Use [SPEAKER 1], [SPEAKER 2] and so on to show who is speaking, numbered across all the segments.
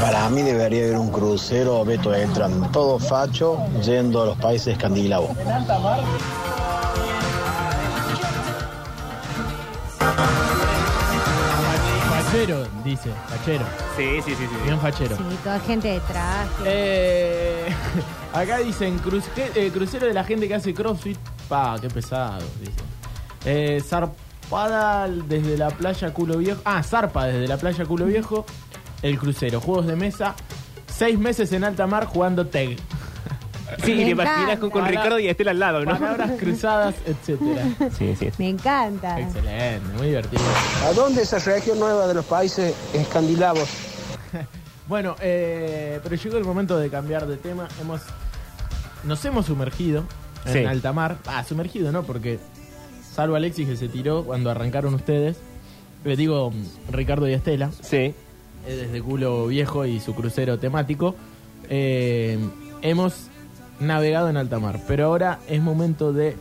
[SPEAKER 1] Para mí debería haber un crucero, Beto entran todo facho yendo a los países escandinavos.
[SPEAKER 2] Fachero, dice, fachero.
[SPEAKER 3] Sí, sí, sí, sí.
[SPEAKER 2] Bien fachero.
[SPEAKER 4] Sí, toda gente de traje.
[SPEAKER 2] Eh, acá dicen cruce- eh, crucero de la gente que hace crossfit. Pa, qué pesado, dicen. Eh, zarpada desde la playa Culo Viejo. Ah, zarpa desde la playa Culo Viejo. El crucero, juegos de mesa. Seis meses en alta mar jugando tag.
[SPEAKER 3] Sí,
[SPEAKER 4] Me
[SPEAKER 3] y te imaginas con, con
[SPEAKER 2] encanta.
[SPEAKER 3] Ricardo y Estela al lado, ¿no?
[SPEAKER 2] Palabras cruzadas, etcétera.
[SPEAKER 3] Sí, sí.
[SPEAKER 4] Me encanta.
[SPEAKER 2] Excelente, muy divertido.
[SPEAKER 5] ¿A dónde esa región nueva de los países escandinavos?
[SPEAKER 2] Bueno, eh, pero llegó el momento de cambiar de tema. Hemos, nos hemos sumergido en
[SPEAKER 3] Sí.
[SPEAKER 2] alta mar. Ah, sumergido, ¿no? Porque salvo Alexis que se tiró cuando arrancaron ustedes. Le digo mm, Ricardo y Estela,
[SPEAKER 3] Sí.
[SPEAKER 2] eh, desde culo viejo y su crucero temático. eh, hemos navegado en alta mar, pero ahora es momento de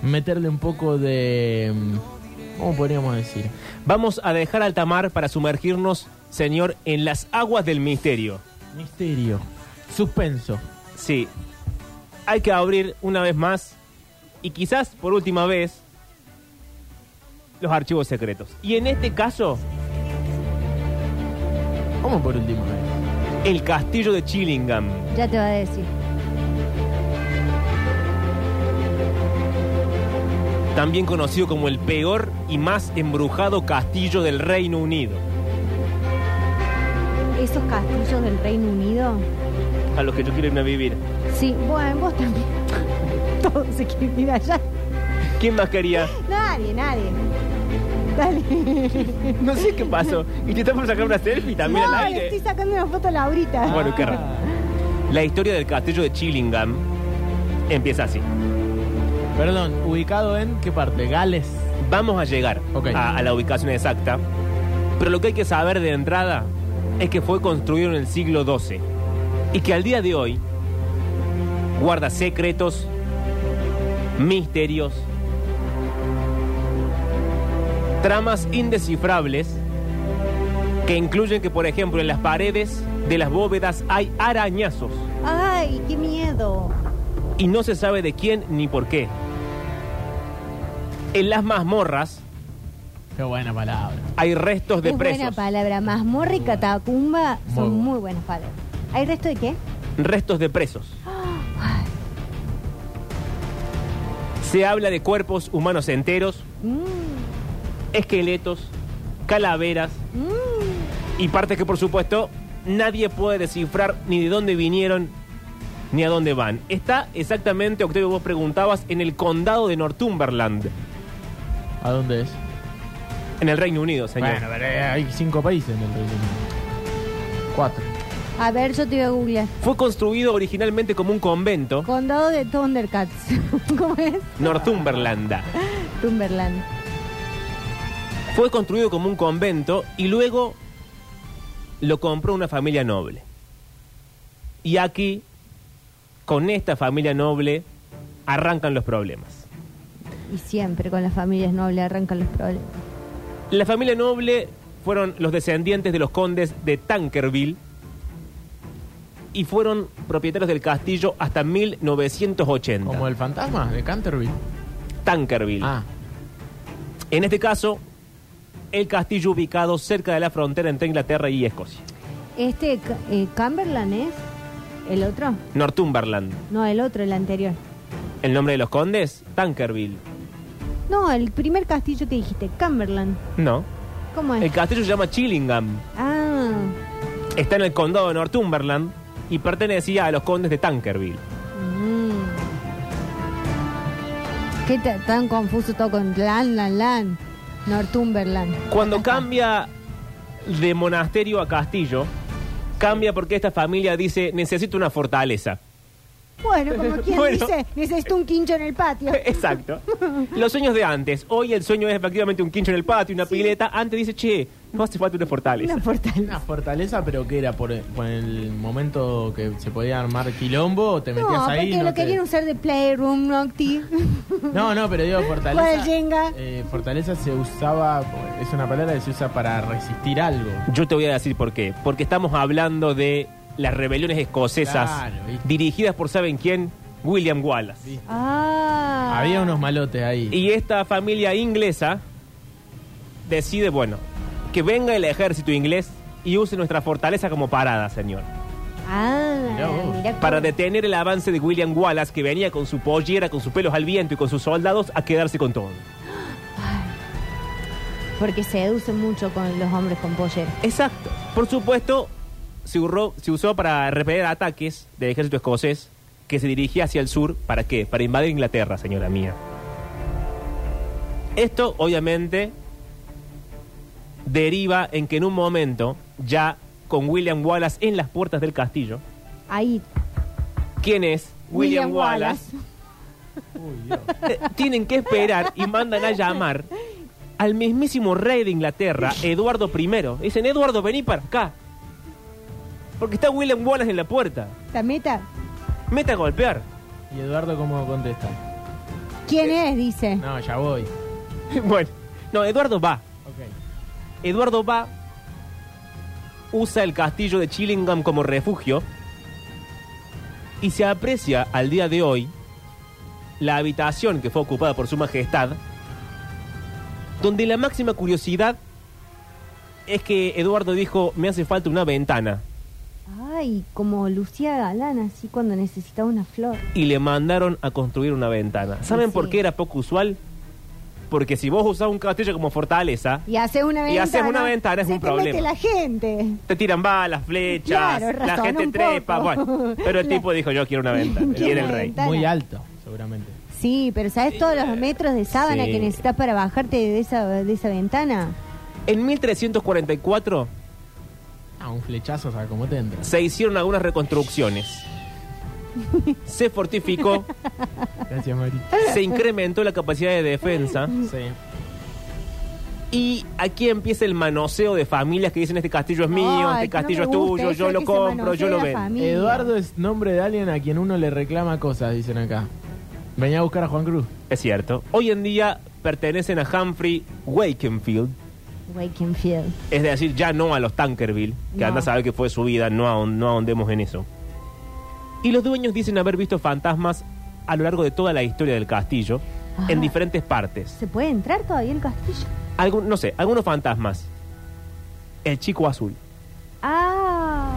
[SPEAKER 2] meterle un poco de... mm, ¿Cómo podríamos decir?
[SPEAKER 3] Vamos a dejar alta mar para sumergirnos, señor, en las aguas del misterio.
[SPEAKER 2] Misterio, suspenso.
[SPEAKER 3] Sí. Hay que abrir una vez más y quizás por última vez los archivos secretos. Y en este caso,
[SPEAKER 2] ¿Cómo por última vez?
[SPEAKER 3] el castillo de Chillingham.
[SPEAKER 4] Ya te va a decir.
[SPEAKER 3] también conocido como el peor y más embrujado castillo del Reino Unido,
[SPEAKER 4] Esos castillos del Reino Unido.
[SPEAKER 3] a los que yo quiero irme a vivir.
[SPEAKER 4] Sí, bueno, vos también. Todos se quieren ir allá.
[SPEAKER 3] ¿Quién más quería?
[SPEAKER 4] Nadie, nadie. Dale.
[SPEAKER 3] No sé qué pasó. Intentamos sacar una selfie también
[SPEAKER 4] no, este
[SPEAKER 3] al
[SPEAKER 4] le estoy
[SPEAKER 3] aire. Ah,
[SPEAKER 4] sacando una foto a Laurita.
[SPEAKER 3] Bueno, qué raro.
[SPEAKER 2] Ah.
[SPEAKER 3] La historia del castillo de Chillingham empieza así.
[SPEAKER 2] Perdón, ubicado en qué parte? Gales.
[SPEAKER 3] Vamos a llegar
[SPEAKER 2] Ok.
[SPEAKER 3] a, a la ubicación exacta, pero lo que hay que saber de entrada es que fue construido en el siglo XII y que al día de hoy guarda secretos, misterios, tramas indescifrables que incluyen que, por ejemplo, en las paredes de las bóvedas hay arañazos
[SPEAKER 4] Ay, qué miedo.
[SPEAKER 3] y no se sabe de quién ni por qué. En las mazmorras
[SPEAKER 2] Qué buena palabra.
[SPEAKER 3] hay restos de
[SPEAKER 4] es buena
[SPEAKER 3] presos.
[SPEAKER 4] palabra. Mazmorra y catacumba son
[SPEAKER 2] buena.
[SPEAKER 4] muy buenas palabras. ¿Hay resto de qué?
[SPEAKER 3] restos de presos. Se habla de cuerpos humanos enteros,
[SPEAKER 4] Mm,
[SPEAKER 3] esqueletos, calaveras
[SPEAKER 4] mm.
[SPEAKER 3] y partes que por supuesto nadie puede descifrar ni de dónde vinieron ni a dónde van. Está exactamente, Octavio, vos preguntabas, en el condado de Northumberland,
[SPEAKER 2] ¿A dónde es?
[SPEAKER 3] en el Reino Unido, señor.
[SPEAKER 2] Bueno, pero eh, hay cinco países en el Reino Unido. Cuatro.
[SPEAKER 4] A ver, yo te voy a googlear.
[SPEAKER 3] Fue construido originalmente como un convento,
[SPEAKER 4] Condado de Thundercats. ¿Cómo es?
[SPEAKER 3] Northumberland.
[SPEAKER 4] Tumberland.
[SPEAKER 3] Fue construido como un convento y luego lo compró una familia noble. Y aquí, con esta familia noble, arrancan los problemas.
[SPEAKER 4] Y siempre con las familias nobles arrancan los problemas.
[SPEAKER 3] La familia noble fueron los descendientes de los condes de Tankerville y fueron propietarios del castillo hasta 1980.
[SPEAKER 2] Como el fantasma de Canterbury.
[SPEAKER 3] Tankerville.
[SPEAKER 2] Ah,
[SPEAKER 3] En este caso, el castillo ubicado cerca de la frontera entre Inglaterra y Escocia.
[SPEAKER 4] Este, ca- eh, Cumberland es el otro.
[SPEAKER 3] Northumberland.
[SPEAKER 4] No, el otro, el anterior.
[SPEAKER 3] El nombre de los condes, Tankerville.
[SPEAKER 4] No, el primer castillo que dijiste, Cumberland.
[SPEAKER 3] No.
[SPEAKER 4] ¿Cómo es?
[SPEAKER 3] El castillo se llama Chillingham.
[SPEAKER 4] Ah,
[SPEAKER 3] Está en el condado de Northumberland y pertenecía a los condes de Tankerville.
[SPEAKER 4] mm. qué ta- tan confuso todo con Lan, Lan, Lan, Northumberland.
[SPEAKER 3] Cuando cambia de monasterio a castillo, cambia porque esta familia dice, necesito una fortaleza.
[SPEAKER 4] Bueno, como quien
[SPEAKER 3] Bueno.
[SPEAKER 4] dice, necesito un quincho en el patio.
[SPEAKER 3] Exacto. Los sueños de antes. Hoy el sueño es efectivamente un quincho en el patio, una pileta. Antes dice, che, No hace falta una fortaleza.
[SPEAKER 4] Una fortaleza.
[SPEAKER 2] Una fortaleza, pero que era por el, por el momento que se podía armar quilombo, te metías
[SPEAKER 4] No,
[SPEAKER 2] ahí.
[SPEAKER 4] porque lo
[SPEAKER 2] te-
[SPEAKER 4] querían usar de playroom, Nocti.
[SPEAKER 2] No, no, pero digo,
[SPEAKER 4] Con el
[SPEAKER 2] fortaleza.
[SPEAKER 4] Jenga.
[SPEAKER 2] eh, fortaleza se usaba, es una palabra que se usa para resistir algo.
[SPEAKER 3] Yo te voy a decir por qué. Porque estamos hablando de las rebeliones escocesas
[SPEAKER 2] Claro, ¿viste?
[SPEAKER 3] dirigidas por, ¿saben quién? William Wallace.
[SPEAKER 4] Ah.
[SPEAKER 2] Había unos malotes ahí.
[SPEAKER 3] Y esta familia inglesa decide, bueno, que venga el ejército inglés y use nuestra fortaleza como parada, señor.
[SPEAKER 4] Ah,
[SPEAKER 2] Mirá vos.
[SPEAKER 4] mirá
[SPEAKER 3] Para
[SPEAKER 4] cómo-
[SPEAKER 3] detener el avance de William Wallace, que venía con su pollera, con sus pelos al viento y con sus soldados, a quedarse con todo.
[SPEAKER 4] Porque se seduce mucho con los hombres con pollera.
[SPEAKER 3] Exacto. Por supuesto, se, urró- se usó para repeler ataques del ejército escocés que se dirigía hacia el sur. ¿Para qué? Para invadir Inglaterra, señora mía. Esto, obviamente, deriva en que en un momento, ya con William Wallace en las puertas del castillo,
[SPEAKER 4] Ahí.
[SPEAKER 3] ¿quién es?
[SPEAKER 4] William, Wallace.
[SPEAKER 2] Uy, Dios.
[SPEAKER 3] Eh, tienen que esperar y mandan a llamar al mismísimo rey de Inglaterra, Eduardo I. Dicen, Eduardo, vení para acá. Porque está William Wallace en la puerta.
[SPEAKER 4] ¿La meta?
[SPEAKER 3] Meta a golpear.
[SPEAKER 2] ¿Y Eduardo cómo contesta?
[SPEAKER 4] ¿Quién es? Dice.
[SPEAKER 2] No, ya voy.
[SPEAKER 3] bueno, no, Eduardo va.
[SPEAKER 2] Ok.
[SPEAKER 3] Eduardo va, usa el castillo de Chillingham como refugio y se aprecia al día de hoy la habitación que fue ocupada por su majestad, donde la máxima curiosidad es que Eduardo dijo, me hace falta una ventana,
[SPEAKER 4] Ay, como Lucía Galán, así cuando necesitaba una flor.
[SPEAKER 3] y le mandaron a construir una ventana. ¿Saben
[SPEAKER 4] Sí.
[SPEAKER 3] por qué era poco usual? Porque si vos usás un castillo como fortaleza,
[SPEAKER 4] Y hace una ventana.
[SPEAKER 3] Y haces una ventana, es
[SPEAKER 4] se
[SPEAKER 3] un
[SPEAKER 4] te mete
[SPEAKER 3] problema.
[SPEAKER 4] la gente.
[SPEAKER 3] Te tiran balas, flechas,
[SPEAKER 4] Claro,
[SPEAKER 3] la
[SPEAKER 4] razona
[SPEAKER 3] gente
[SPEAKER 4] un
[SPEAKER 3] trepa,
[SPEAKER 4] poco.
[SPEAKER 3] bueno. Pero el
[SPEAKER 4] La-
[SPEAKER 3] tipo dijo, yo quiero una ventana. Y
[SPEAKER 4] Quiero
[SPEAKER 3] era el
[SPEAKER 4] una
[SPEAKER 3] rey.
[SPEAKER 4] ventana.
[SPEAKER 2] Muy alto, seguramente.
[SPEAKER 4] Sí, pero ¿sabes todos los metros de sábana
[SPEAKER 3] sí.
[SPEAKER 4] que necesitas para bajarte de esa, de esa ventana?
[SPEAKER 3] En 1344
[SPEAKER 2] Ah, un flechazo, ¿sabes cómo te entras?
[SPEAKER 3] se hicieron algunas reconstrucciones. Se fortificó,
[SPEAKER 2] Gracias, Mari.
[SPEAKER 3] se incrementó la capacidad de defensa
[SPEAKER 4] Mm.
[SPEAKER 2] Sí.
[SPEAKER 3] y aquí empieza el manoseo de familias que dicen este castillo es mío,
[SPEAKER 4] Ay,
[SPEAKER 3] este
[SPEAKER 4] que no
[SPEAKER 3] castillo
[SPEAKER 4] me
[SPEAKER 3] es
[SPEAKER 4] gusta
[SPEAKER 3] tuyo,
[SPEAKER 4] eso
[SPEAKER 3] yo
[SPEAKER 4] de
[SPEAKER 3] lo
[SPEAKER 4] que se
[SPEAKER 3] compro, yo
[SPEAKER 4] manosea
[SPEAKER 3] lo
[SPEAKER 4] la
[SPEAKER 3] vendo.
[SPEAKER 4] familia.
[SPEAKER 2] Eduardo es nombre de alguien a quien uno le reclama cosas, dicen acá. Venía a buscar a Juan Cruz.
[SPEAKER 3] Es cierto. Hoy en día pertenecen a Humphrey Wakenfield,
[SPEAKER 4] Wakenfield.
[SPEAKER 3] Es decir, ya no a los Tankerville, que
[SPEAKER 4] No.
[SPEAKER 3] anda a saber que fue su vida, no, ahon- no ahondemos en eso. Y los dueños dicen haber visto fantasmas a lo largo de toda la historia del castillo,
[SPEAKER 4] Ajá.
[SPEAKER 3] en diferentes partes.
[SPEAKER 4] ¿Se puede entrar todavía el castillo?
[SPEAKER 3] Algun- no sé, algunos fantasmas. El chico azul.
[SPEAKER 4] Ah.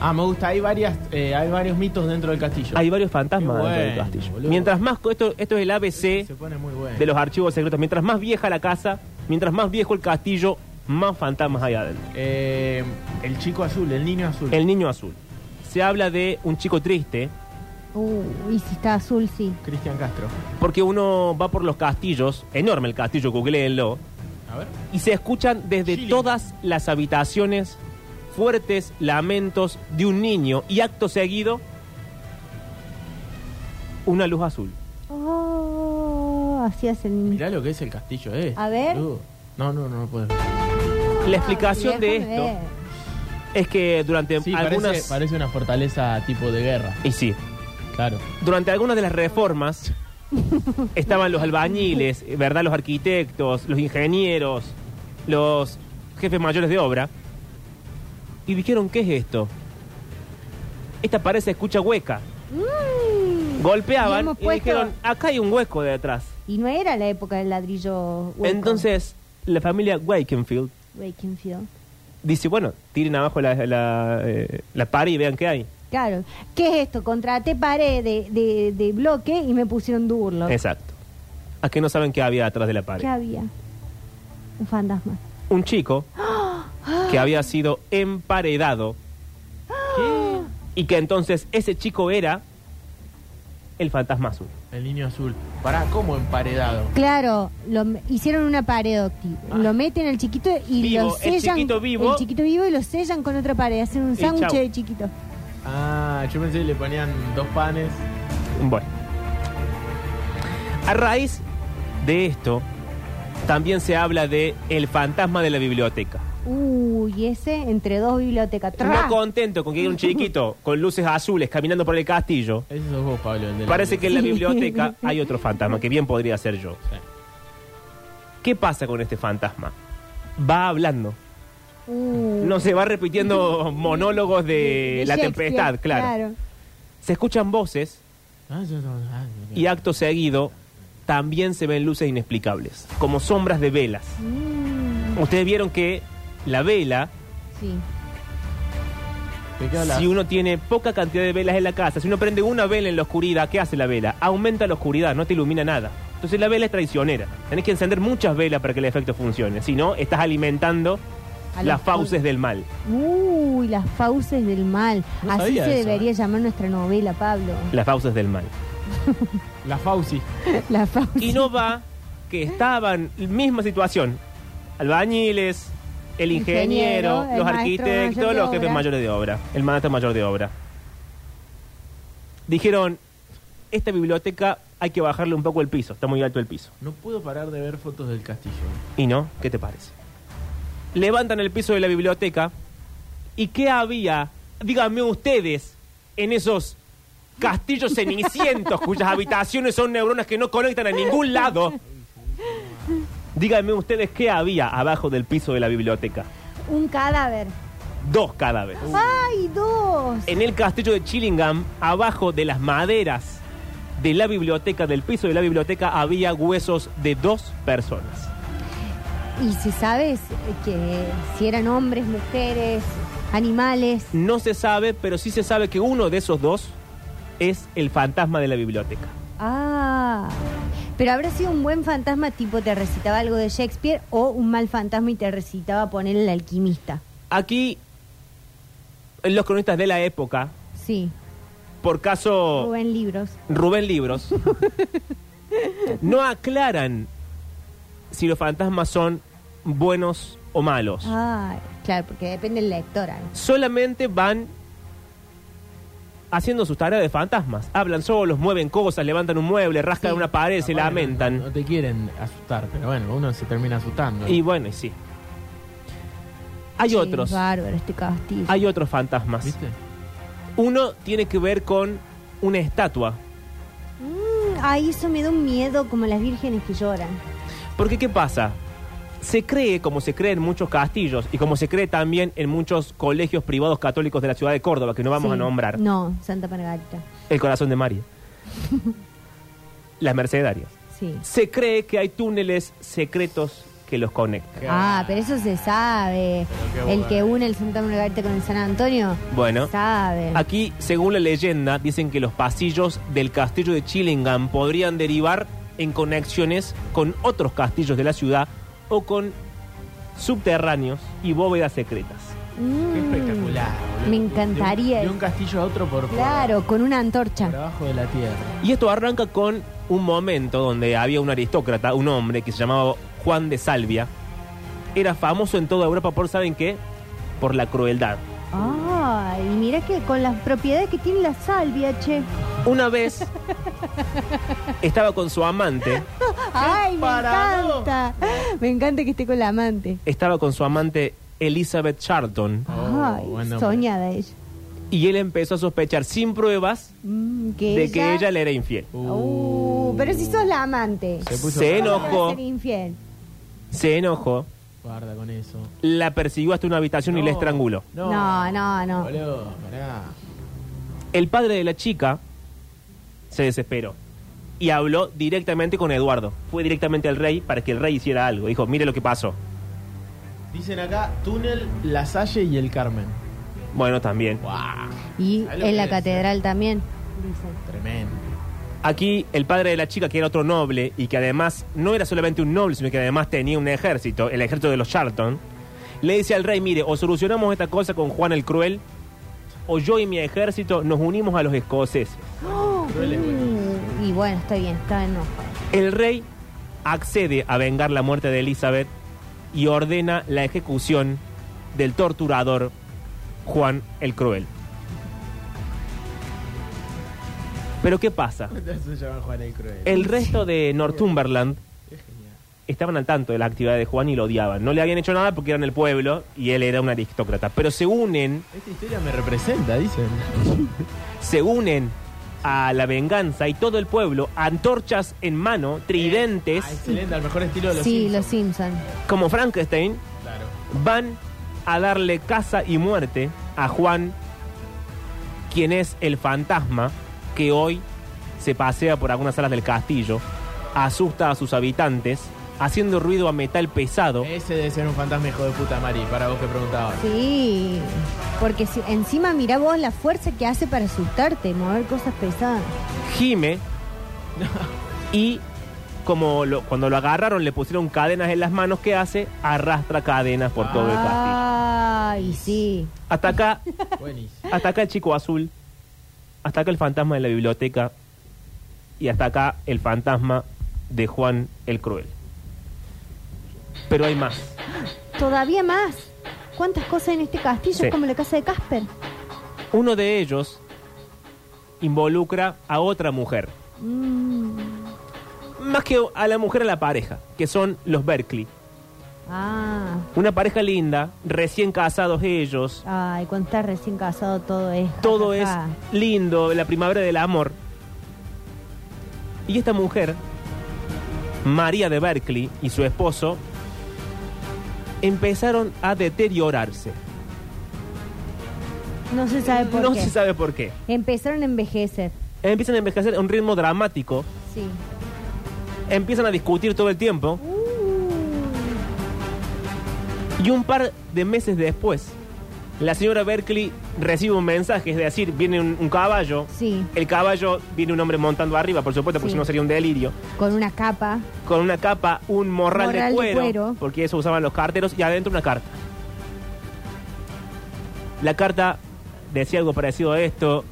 [SPEAKER 2] Ah, me gusta, hay varias, eh, hay varios mitos dentro del castillo.
[SPEAKER 3] Hay varios fantasmas
[SPEAKER 2] Qué
[SPEAKER 3] dentro del
[SPEAKER 2] bueno,
[SPEAKER 3] castillo.
[SPEAKER 2] boludo.
[SPEAKER 3] Mientras más, co- esto, esto es el ABC
[SPEAKER 2] Se pone muy bueno.
[SPEAKER 3] de los archivos secretos. Mientras más vieja la casa, mientras más viejo el castillo, más fantasmas hay adentro.
[SPEAKER 2] Eh, el chico azul, el niño azul.
[SPEAKER 3] El niño azul. Se habla de un chico triste,
[SPEAKER 4] Uh, y si está azul, sí.
[SPEAKER 2] Cristian Castro.
[SPEAKER 3] Porque uno va por los castillos, enorme el castillo, googleenlo,
[SPEAKER 2] A ver.
[SPEAKER 3] y se escuchan desde
[SPEAKER 2] Chile.
[SPEAKER 3] todas las habitaciones fuertes lamentos de un niño y acto seguido una luz azul.
[SPEAKER 4] Oh, así hacen.
[SPEAKER 2] Mirá lo que es el castillo, eh.
[SPEAKER 4] A ver.
[SPEAKER 2] boludo. No, no, no, no puedo.
[SPEAKER 3] La
[SPEAKER 4] Ah,
[SPEAKER 3] explicación de
[SPEAKER 4] Déjame
[SPEAKER 3] esto
[SPEAKER 4] ver.
[SPEAKER 3] es que durante
[SPEAKER 2] Sí, parece-
[SPEAKER 3] algunas
[SPEAKER 2] parece, una fortaleza tipo de guerra.
[SPEAKER 3] y sí,
[SPEAKER 2] Claro.
[SPEAKER 3] durante algunas de las reformas estaban los albañiles, eh, ¿verdad? Los arquitectos, los ingenieros, los jefes mayores de obra. Y dijeron, ¿qué es esto? Esta pared se escucha hueca.
[SPEAKER 4] Mm. Y
[SPEAKER 3] Golpeaban
[SPEAKER 4] hemos
[SPEAKER 3] y,
[SPEAKER 4] puesto-
[SPEAKER 3] dijeron, acá hay un hueco de atrás.
[SPEAKER 4] Y no era la época del ladrillo. hueco.
[SPEAKER 3] Entonces, la familia Wakenfield
[SPEAKER 4] Wakenfield.
[SPEAKER 3] dice, bueno, tiren abajo la, la, eh, la pared y vean qué hay.
[SPEAKER 4] Claro. ¿Qué es esto? Contraté pared de, de, de bloque y me pusieron durlo.
[SPEAKER 3] Exacto. ¿A que no saben qué había atrás de la pared?
[SPEAKER 4] ¿Qué había? Un fantasma.
[SPEAKER 3] un chico que había sido emparedado y que entonces ese chico era el fantasma azul.
[SPEAKER 2] El niño azul. Pará, ¿cómo emparedado?
[SPEAKER 4] Claro, lo, m- hicieron una pared, Octi. Lo meten al chiquito y
[SPEAKER 3] Ah. Vivo,
[SPEAKER 4] lo
[SPEAKER 3] el
[SPEAKER 4] sellan.
[SPEAKER 3] chiquito vivo.
[SPEAKER 4] el chiquito vivo y lo sellan con otra pared. Hacen un
[SPEAKER 3] Y
[SPEAKER 4] sándwich
[SPEAKER 3] chau.
[SPEAKER 4] de chiquito.
[SPEAKER 2] Ah, yo pensé que le ponían dos panes.
[SPEAKER 3] Bueno, a raíz de esto, También se habla de El fantasma de la biblioteca.
[SPEAKER 4] Uy, ese entre dos bibliotecas. ¡Tra!
[SPEAKER 3] No contento con que era un chiquito con luces azules caminando por el castillo.
[SPEAKER 2] Ese sos vos, Pablo. el de la-
[SPEAKER 3] Parece que en la
[SPEAKER 4] Sí.
[SPEAKER 3] biblioteca hay otro fantasma, que bien podría ser yo.
[SPEAKER 2] Sí.
[SPEAKER 3] ¿Qué pasa con este fantasma? Va hablando.
[SPEAKER 4] Uh,
[SPEAKER 3] No se va repitiendo monólogos de,
[SPEAKER 4] de
[SPEAKER 3] la
[SPEAKER 4] Shakespeare,
[SPEAKER 3] tempestad, claro. Se escuchan voces
[SPEAKER 2] Ah, yo no- ah, no-
[SPEAKER 3] y acto seguido también se ven luces inexplicables, como sombras de velas.
[SPEAKER 4] Mm,
[SPEAKER 3] Ustedes vieron que la vela,
[SPEAKER 4] sí.
[SPEAKER 2] ¿De qué hablas?
[SPEAKER 3] si uno tiene poca cantidad de velas en la casa, si uno prende una vela en la oscuridad, ¿qué hace la vela? Aumenta la oscuridad, no te ilumina nada. Entonces la vela es traicionera. Tenés que encender muchas velas para que el efecto funcione. Si no, estás alimentando
[SPEAKER 4] A
[SPEAKER 3] las
[SPEAKER 4] los-
[SPEAKER 3] fauces del mal.
[SPEAKER 4] Uy, las fauces del mal.
[SPEAKER 2] No
[SPEAKER 4] Así se
[SPEAKER 2] sabía eso,
[SPEAKER 4] debería
[SPEAKER 2] eh.
[SPEAKER 4] llamar nuestra novela, Pablo.
[SPEAKER 3] Las fauces del mal.
[SPEAKER 2] La Fauci.
[SPEAKER 4] Las fauces.
[SPEAKER 3] Y no va que estaban misma situación. Albañiles, el ingeniero,
[SPEAKER 4] Ingeniero, el
[SPEAKER 3] los
[SPEAKER 4] maestro mayor
[SPEAKER 3] arquitectos,
[SPEAKER 4] de
[SPEAKER 3] los jefes
[SPEAKER 4] obra.
[SPEAKER 3] mayores de obra, el maestro mayor de obra. Dijeron, esta biblioteca hay que bajarle un poco el piso, está muy alto el piso.
[SPEAKER 2] No puedo parar de ver fotos del castillo.
[SPEAKER 3] ¿Y no? ¿Qué te parece? Levantan el piso de la biblioteca. ¿Y qué había, díganme ustedes, en esos castillos cenicientos cuyas habitaciones son neuronas que no conectan a ningún lado? Díganme ustedes qué había abajo del piso de la biblioteca.
[SPEAKER 4] Un cadáver.
[SPEAKER 3] Dos cadáveres.
[SPEAKER 4] ¡Ay, dos!
[SPEAKER 3] En el castillo de Chillingham, abajo de las maderas de la biblioteca, del piso de la biblioteca, había huesos de dos personas.
[SPEAKER 4] Y si sabes que si eran hombres, mujeres, animales.
[SPEAKER 3] No se sabe, pero sí se sabe que uno de esos dos es el fantasma de la biblioteca.
[SPEAKER 4] Ah. Pero habrá sido un buen fantasma tipo te recitaba algo de Shakespeare o un mal fantasma y te recitaba poner el alquimista.
[SPEAKER 3] Aquí, en los cronistas de la época,
[SPEAKER 4] Sí.
[SPEAKER 3] por caso Rubén,
[SPEAKER 4] Rubén Libros.
[SPEAKER 3] Libros, no aclaran si los fantasmas son buenos o malos.
[SPEAKER 4] Ah, claro, porque depende del lector. ¿eh? ahí.
[SPEAKER 3] Solamente van haciendo sus tareas de fantasmas. Hablan solos, mueven cosas, levantan un mueble, rascan
[SPEAKER 4] Sí.
[SPEAKER 3] una pared,
[SPEAKER 2] Capaz
[SPEAKER 3] se
[SPEAKER 2] que no-
[SPEAKER 3] lamentan.
[SPEAKER 2] Ah, No, te quieren asustar, pero bueno, uno se termina asustando.
[SPEAKER 3] Y bueno, y sí. Hay
[SPEAKER 4] Che,
[SPEAKER 3] otros.
[SPEAKER 4] es bárbaro este castillo.
[SPEAKER 3] Hay otros fantasmas.
[SPEAKER 2] ¿Viste?
[SPEAKER 3] Uno tiene que ver con una estatua.
[SPEAKER 4] Mm, Ay, eso me da un miedo como las vírgenes que lloran.
[SPEAKER 3] Porque ¿qué pasa? Se cree, como se cree en muchos castillos y como se cree también en muchos colegios privados católicos de la ciudad de Córdoba, que no vamos
[SPEAKER 4] Sí.
[SPEAKER 3] a nombrar,
[SPEAKER 4] No, Santa Margarita.
[SPEAKER 3] el corazón de María, las mercedarias.
[SPEAKER 4] Sí.
[SPEAKER 3] Se cree que hay túneles secretos que los conectan.
[SPEAKER 4] Ah, pero eso se sabe.
[SPEAKER 2] Pero qué
[SPEAKER 4] El
[SPEAKER 2] bueno.
[SPEAKER 4] que une el Santa Margarita con el San Antonio.
[SPEAKER 3] Bueno, Ah,
[SPEAKER 4] Sabe.
[SPEAKER 3] aquí, según la leyenda, dicen que los pasillos del castillo de Chillingham podrían derivar en conexiones con otros castillos de la ciudad o con subterráneos y bóvedas secretas.
[SPEAKER 4] Mm.
[SPEAKER 2] Qué espectacular. boludo.
[SPEAKER 4] Me encantaría.
[SPEAKER 2] De un, de un castillo a otro por, por-
[SPEAKER 4] Claro, con una
[SPEAKER 2] por
[SPEAKER 4] antorcha.
[SPEAKER 2] abajo de la tierra.
[SPEAKER 3] Y esto arranca con un momento donde había un aristócrata, un hombre que se llamaba Juan de Salvia. Era famoso en toda Europa por, ¿saben qué? Por la crueldad.
[SPEAKER 4] Ay, mira que con las propiedades que tiene la salvia, che.
[SPEAKER 3] Una vez estaba con su amante,
[SPEAKER 4] Ay, me
[SPEAKER 2] parado!
[SPEAKER 4] encanta. Me encanta que esté con la amante.
[SPEAKER 3] estaba con su amante Elizabeth Charlton,
[SPEAKER 2] Oh,
[SPEAKER 4] Ay,
[SPEAKER 2] buen nombre.
[SPEAKER 4] soñada ella.
[SPEAKER 3] y él empezó a sospechar sin pruebas
[SPEAKER 4] Mm, que
[SPEAKER 3] de que ella le era infiel.
[SPEAKER 4] Uh, pero si sos la amante.
[SPEAKER 2] Se puso
[SPEAKER 3] Se
[SPEAKER 4] ¿Cómo vas a
[SPEAKER 3] enojó,
[SPEAKER 4] ser infiel?
[SPEAKER 3] se enojó,
[SPEAKER 2] Guarda con eso.
[SPEAKER 3] la persiguió hasta una habitación y la estranguló.
[SPEAKER 4] No, no, no.
[SPEAKER 2] Boludo, pará.
[SPEAKER 3] El padre de la chica se desesperó y habló directamente con Eduardo. Fue directamente al rey para que el rey hiciera algo. Dijo, mire lo que pasó.
[SPEAKER 2] Dicen acá túnel, la Salle y el Carmen.
[SPEAKER 3] Bueno, también.
[SPEAKER 2] ¡Guau!
[SPEAKER 4] Y
[SPEAKER 2] Ahí lo
[SPEAKER 4] en
[SPEAKER 3] eh.
[SPEAKER 4] la
[SPEAKER 2] ves.
[SPEAKER 4] catedral también, dicen.
[SPEAKER 2] Tremendo.
[SPEAKER 3] Aquí el padre de la chica, que era otro noble y que además no era solamente un noble, sino que además tenía un ejército, el ejército de los Charlton, le dice al rey, mire, o solucionamos esta cosa con Juan el Cruel, o yo y mi ejército nos unimos a los escoceses.
[SPEAKER 4] "Oh, Mm, y bueno, está bien, está enojado.
[SPEAKER 3] El rey accede a vengar la muerte de Elizabeth y ordena la ejecución del torturador Juan el Cruel. Pero ¿qué pasa?
[SPEAKER 2] Entonces se llama Juan el Cruel.
[SPEAKER 3] Eh. El resto de Northumberland
[SPEAKER 2] Es genial.
[SPEAKER 3] estaban al tanto de las actividades de Juan y lo odiaban. No le habían hecho nada porque eran el pueblo y él era un aristócrata. Pero se unen,
[SPEAKER 2] Esta historia me representa, dicen.
[SPEAKER 3] se unen a la venganza y todo el pueblo, antorchas en mano, tridentes,
[SPEAKER 2] Ah, excelente, al mejor estilo de los
[SPEAKER 4] sí,
[SPEAKER 2] Simpsons.
[SPEAKER 4] los Simpsons.
[SPEAKER 3] como Frankenstein,
[SPEAKER 2] Claro.
[SPEAKER 3] van a darle casa y muerte a Juan, quien es el fantasma que hoy se pasea por algunas salas del castillo, asusta a sus habitantes, haciendo ruido a metal pesado.
[SPEAKER 2] Ese debe ser un fantasma hijo de puta, Mari, para vos que preguntabas.
[SPEAKER 4] Sí, porque si- encima mirá vos la fuerza que hace para asustarte, mover cosas pesadas.
[SPEAKER 3] gime y como lo- cuando lo agarraron le pusieron cadenas en las manos que hace, arrastra cadenas por todo el castillo.
[SPEAKER 4] Ah. Ay, sí.
[SPEAKER 3] Hasta acá,
[SPEAKER 2] Buenísimo.
[SPEAKER 3] hasta acá el chico azul, hasta acá el fantasma de la biblioteca y hasta acá el fantasma de Juan el Cruel. Pero hay más.
[SPEAKER 4] Todavía más. ¿Cuántas cosas en este castillo?
[SPEAKER 3] Sí.
[SPEAKER 4] Es como la casa de Casper.
[SPEAKER 3] Uno de ellos involucra a otra mujer.
[SPEAKER 4] Mm.
[SPEAKER 3] Más que a la mujer, a la pareja, que son los Berkeley.
[SPEAKER 4] Ah,
[SPEAKER 3] Una pareja linda, recién casados ellos,
[SPEAKER 4] ay, cuando estás recién casado todo es.
[SPEAKER 3] Todo es
[SPEAKER 4] jajaja.
[SPEAKER 3] lindo, la primavera del amor. Y esta mujer, María de Berkeley y su esposo, empezaron a deteriorarse.
[SPEAKER 4] No se sabe por
[SPEAKER 3] no
[SPEAKER 4] qué.
[SPEAKER 3] se sabe por qué.
[SPEAKER 4] Empezaron a envejecer.
[SPEAKER 3] Empiezan a envejecer a un ritmo dramático,
[SPEAKER 4] Sí.
[SPEAKER 3] empiezan a discutir todo el tiempo
[SPEAKER 4] Uh,
[SPEAKER 3] y un par de meses después, la señora Berkeley recibe un mensaje, es decir, viene un, un caballo,
[SPEAKER 4] sí,
[SPEAKER 3] el caballo viene un hombre montando arriba, por supuesto, porque
[SPEAKER 4] Sí.
[SPEAKER 3] si no sería un delirio.
[SPEAKER 4] con una capa.
[SPEAKER 3] con una capa, un morral,
[SPEAKER 4] Morral
[SPEAKER 3] de,
[SPEAKER 4] de
[SPEAKER 3] cuero,
[SPEAKER 4] cuero.
[SPEAKER 3] porque eso usaban los carteros, y adentro una carta. La carta decía algo parecido a esto.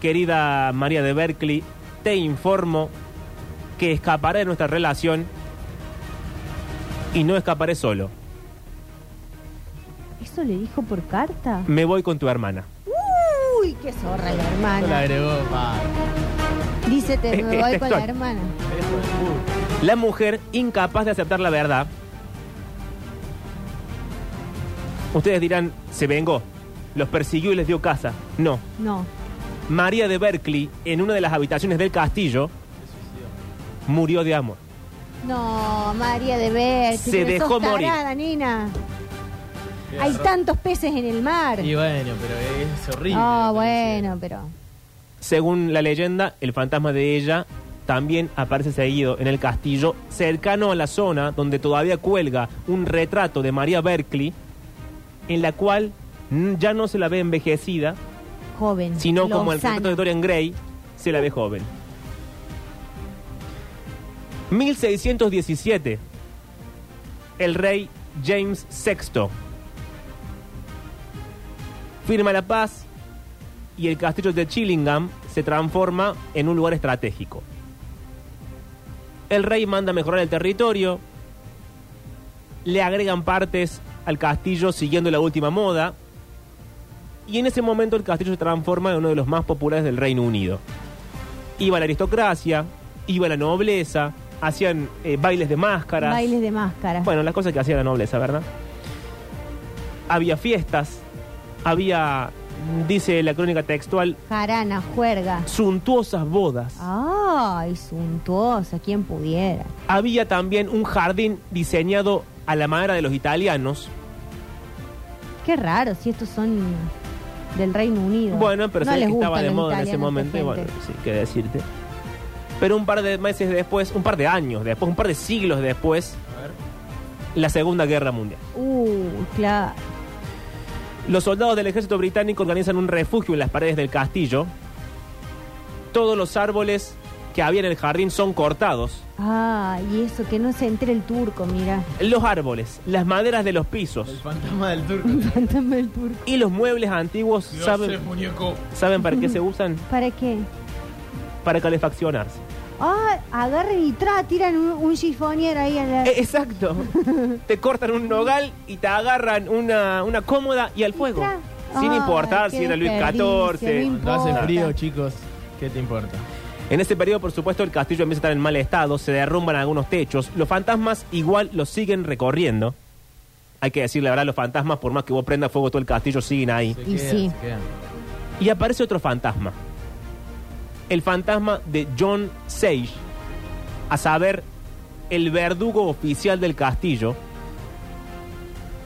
[SPEAKER 3] Querida María de Berkeley, te informo que escaparé de nuestra relación y no escaparé solo.
[SPEAKER 4] ¿Eso le dijo por carta?
[SPEAKER 3] Me voy con tu hermana.
[SPEAKER 4] Uy, qué zorra la
[SPEAKER 2] Esto la
[SPEAKER 3] eh.
[SPEAKER 4] hermana.
[SPEAKER 2] agregó, pa.
[SPEAKER 4] Dice, te me
[SPEAKER 3] Es
[SPEAKER 4] voy con la
[SPEAKER 3] textual.
[SPEAKER 4] hermana.
[SPEAKER 3] La mujer incapaz de aceptar la verdad. Ustedes dirán, se vengó. Los persiguió y les dio casa. No,
[SPEAKER 4] No.
[SPEAKER 3] María de Berkeley, en una de las habitaciones del castillo, murió de amor.
[SPEAKER 4] No, María de ver.
[SPEAKER 3] Se
[SPEAKER 4] pero
[SPEAKER 3] dejó
[SPEAKER 4] sos
[SPEAKER 3] morir.
[SPEAKER 4] tarada, nena. Hay tantos peces en el mar.
[SPEAKER 2] Y bueno, pero es horrible. lo
[SPEAKER 4] Ah,
[SPEAKER 2] que
[SPEAKER 4] bueno, pero.
[SPEAKER 3] Según la leyenda, el fantasma de ella también aparece seguido en el castillo, cercano a la zona donde todavía cuelga un retrato de María Berkeley, en la cual mm, ya no se la ve envejecida,
[SPEAKER 4] Joven.
[SPEAKER 3] sino como el
[SPEAKER 4] lozana.
[SPEAKER 3] retrato de Dorian Gray, se la ve joven. 1617, el rey James VI firma la paz y el castillo de Chillingham se transforma en un lugar estratégico. El rey manda a mejorar el territorio, le agregan partes al castillo siguiendo la última moda, y en ese momento el castillo se transforma en uno de los más populares del Reino Unido. Iba la aristocracia, iba la nobleza, hacían eh, bailes de máscaras.
[SPEAKER 4] Bailes de máscara.
[SPEAKER 3] Bueno, las cosas que hacía la nobleza, ¿verdad? Había fiestas, había, dice la crónica textual,
[SPEAKER 4] Jarana, juerga.
[SPEAKER 3] suntuosas
[SPEAKER 4] Ah.
[SPEAKER 3] bodas.
[SPEAKER 4] Ay, suntuosa, quien pudiera.
[SPEAKER 3] Había también un jardín diseñado a la manera de los italianos.
[SPEAKER 4] Qué raro si estos son del Reino Unido.
[SPEAKER 3] Bueno, pero
[SPEAKER 4] no
[SPEAKER 3] sabés
[SPEAKER 4] les
[SPEAKER 3] que estaba
[SPEAKER 4] gustan
[SPEAKER 3] de
[SPEAKER 4] los
[SPEAKER 3] moda en ese
[SPEAKER 4] italianos,
[SPEAKER 3] momento. y
[SPEAKER 4] esta
[SPEAKER 3] Bueno,
[SPEAKER 4] gente.
[SPEAKER 3] sí, qué decirte. Pero un par de meses después, un par de años después, un par de siglos después, la Segunda Guerra Mundial.
[SPEAKER 4] Uh, claro.
[SPEAKER 3] Los soldados del ejército británico organizan un refugio en las paredes del castillo. Todos los árboles que había en el jardín son cortados.
[SPEAKER 4] Ah, y eso, que no se entre el turco, mira.
[SPEAKER 3] Los árboles, las maderas de los
[SPEAKER 2] decía. El
[SPEAKER 3] pisos
[SPEAKER 2] fantasma del turco.
[SPEAKER 4] Fantasma del turco.
[SPEAKER 3] y los muebles antiguos,
[SPEAKER 2] Dios se
[SPEAKER 3] ¿saben,
[SPEAKER 2] muñeco.
[SPEAKER 3] ¿saben para qué se usan?
[SPEAKER 4] ¿Para qué?
[SPEAKER 3] Para calefaccionarse.
[SPEAKER 4] Ah, agarren y tra, tiran un, un chifonier ahí a la...
[SPEAKER 3] Eh, Exacto. te cortan un nogal y te agarran una, una cómoda y al fuego.
[SPEAKER 4] tra.
[SPEAKER 3] Sin
[SPEAKER 4] Ay,
[SPEAKER 3] importar
[SPEAKER 4] qué
[SPEAKER 3] si era Luis
[SPEAKER 4] desperdicio, no
[SPEAKER 3] XIV.
[SPEAKER 4] importa.
[SPEAKER 2] Cuando hace frío, chicos, ¿qué te importa?
[SPEAKER 3] En ese periodo, por supuesto, el castillo empieza a estar en mal estado, se derrumban algunos techos. Los fantasmas igual los siguen recorriendo. Hay que decir la verdad, los fantasmas, por más que vos prendas fuego todo el castillo, siguen ahí.
[SPEAKER 2] Se
[SPEAKER 4] Y sí.
[SPEAKER 2] se quedan.
[SPEAKER 3] Y aparece otro fantasma. El fantasma de John Sage. A saber, el verdugo oficial del castillo.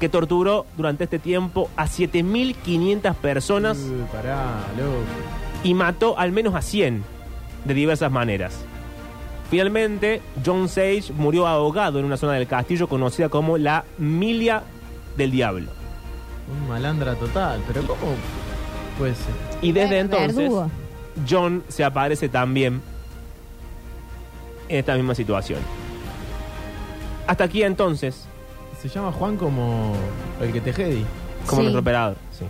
[SPEAKER 3] Que torturó durante este tiempo a 7.500 personas
[SPEAKER 2] Uy, pará, loco.
[SPEAKER 3] y mató al menos a 100 de diversas maneras. Finalmente, John Sage murió ahogado en una zona del castillo conocida como la Milia del Diablo.
[SPEAKER 2] Un malandra total, pero ¿cómo puede ser?
[SPEAKER 3] Y desde
[SPEAKER 4] Bueno,
[SPEAKER 3] entonces,
[SPEAKER 4] verdugo.
[SPEAKER 3] John se aparece también en esta misma situación. Hasta aquí entonces,
[SPEAKER 2] Se llama Juan como el que te jedi.
[SPEAKER 3] como
[SPEAKER 4] Sí.
[SPEAKER 3] nuestro operador. sí.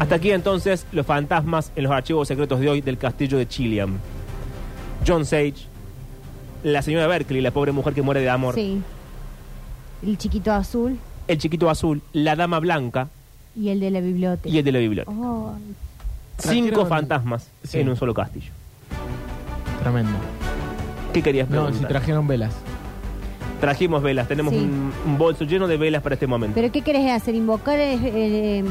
[SPEAKER 3] Hasta aquí entonces los fantasmas en los archivos secretos de hoy del castillo de Chilliam. John Sage, la señora Berkeley, la pobre mujer que muere de amor.
[SPEAKER 4] Sí. El chiquito azul
[SPEAKER 3] El chiquito azul, la dama blanca
[SPEAKER 4] y el de la biblioteca.
[SPEAKER 3] y el de la biblioteca.
[SPEAKER 4] Oh,
[SPEAKER 3] Cinco
[SPEAKER 2] Trajeron-
[SPEAKER 3] fantasmas
[SPEAKER 2] Sí.
[SPEAKER 3] en un solo castillo.
[SPEAKER 2] Tremendo.
[SPEAKER 3] ¿Qué querías
[SPEAKER 2] No,
[SPEAKER 3] preguntar?
[SPEAKER 2] si trajeron velas.
[SPEAKER 3] Trajimos velas, tenemos
[SPEAKER 4] Sí.
[SPEAKER 3] un, un bolso lleno de velas para este momento.
[SPEAKER 4] ¿Pero qué querés hacer? ¿Invocar eh, eh, em,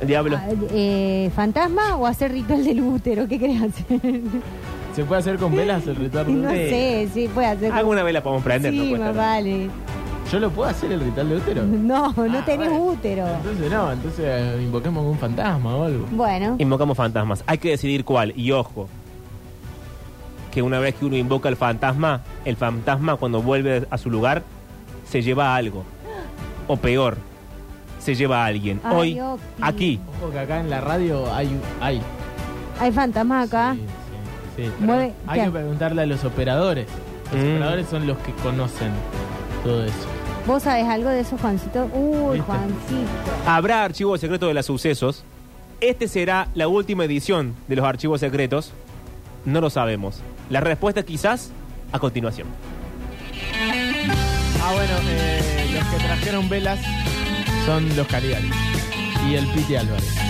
[SPEAKER 3] El diablo.
[SPEAKER 4] a- eh, fantasma o hacer ritual del útero? ¿Qué querés hacer?
[SPEAKER 2] ¿Se puede hacer con velas el ritual de
[SPEAKER 4] no
[SPEAKER 2] útero?
[SPEAKER 4] sé, sí, puede hacer.
[SPEAKER 3] Alguna vela podemos prender, no
[SPEAKER 4] sí,
[SPEAKER 3] cuesta
[SPEAKER 4] más
[SPEAKER 3] nada.
[SPEAKER 4] vale.
[SPEAKER 2] ¿Yo lo puedo hacer el ritual de útero?
[SPEAKER 4] No, no
[SPEAKER 2] Ah,
[SPEAKER 4] tenés
[SPEAKER 2] bueno.
[SPEAKER 4] útero.
[SPEAKER 2] Entonces no, entonces eh, invoquemos un fantasma o algo.
[SPEAKER 4] Bueno,
[SPEAKER 3] Invocamos fantasmas. Hay que decidir cuál. Y ojo, que una vez que uno invoca al fantasma, el fantasma cuando vuelve a su lugar se lleva algo. O peor, se lleva a alguien.
[SPEAKER 4] Ay,
[SPEAKER 3] Hoy,
[SPEAKER 4] Octi.
[SPEAKER 3] aquí,
[SPEAKER 2] Ojo que acá en la radio hay... un- hay
[SPEAKER 4] hay fantasmas acá.
[SPEAKER 2] Sí, sí, sí, pero
[SPEAKER 4] Mueve-
[SPEAKER 2] hay que
[SPEAKER 4] ¿qué?
[SPEAKER 2] preguntarle a los operadores. Los
[SPEAKER 3] Mm.
[SPEAKER 2] operadores son los que conocen todo eso.
[SPEAKER 4] ¿Vos sabés algo de eso, Juancito? Uy,
[SPEAKER 2] ¿Viste?
[SPEAKER 4] Juancito.
[SPEAKER 3] Habrá archivos secretos de los sucesos. Este será la última edición de los archivos secretos. No lo sabemos. La respuesta quizás a continuación.
[SPEAKER 2] Ah, bueno, eh, los que trajeron velas son los Caligari y el Piti Álvarez.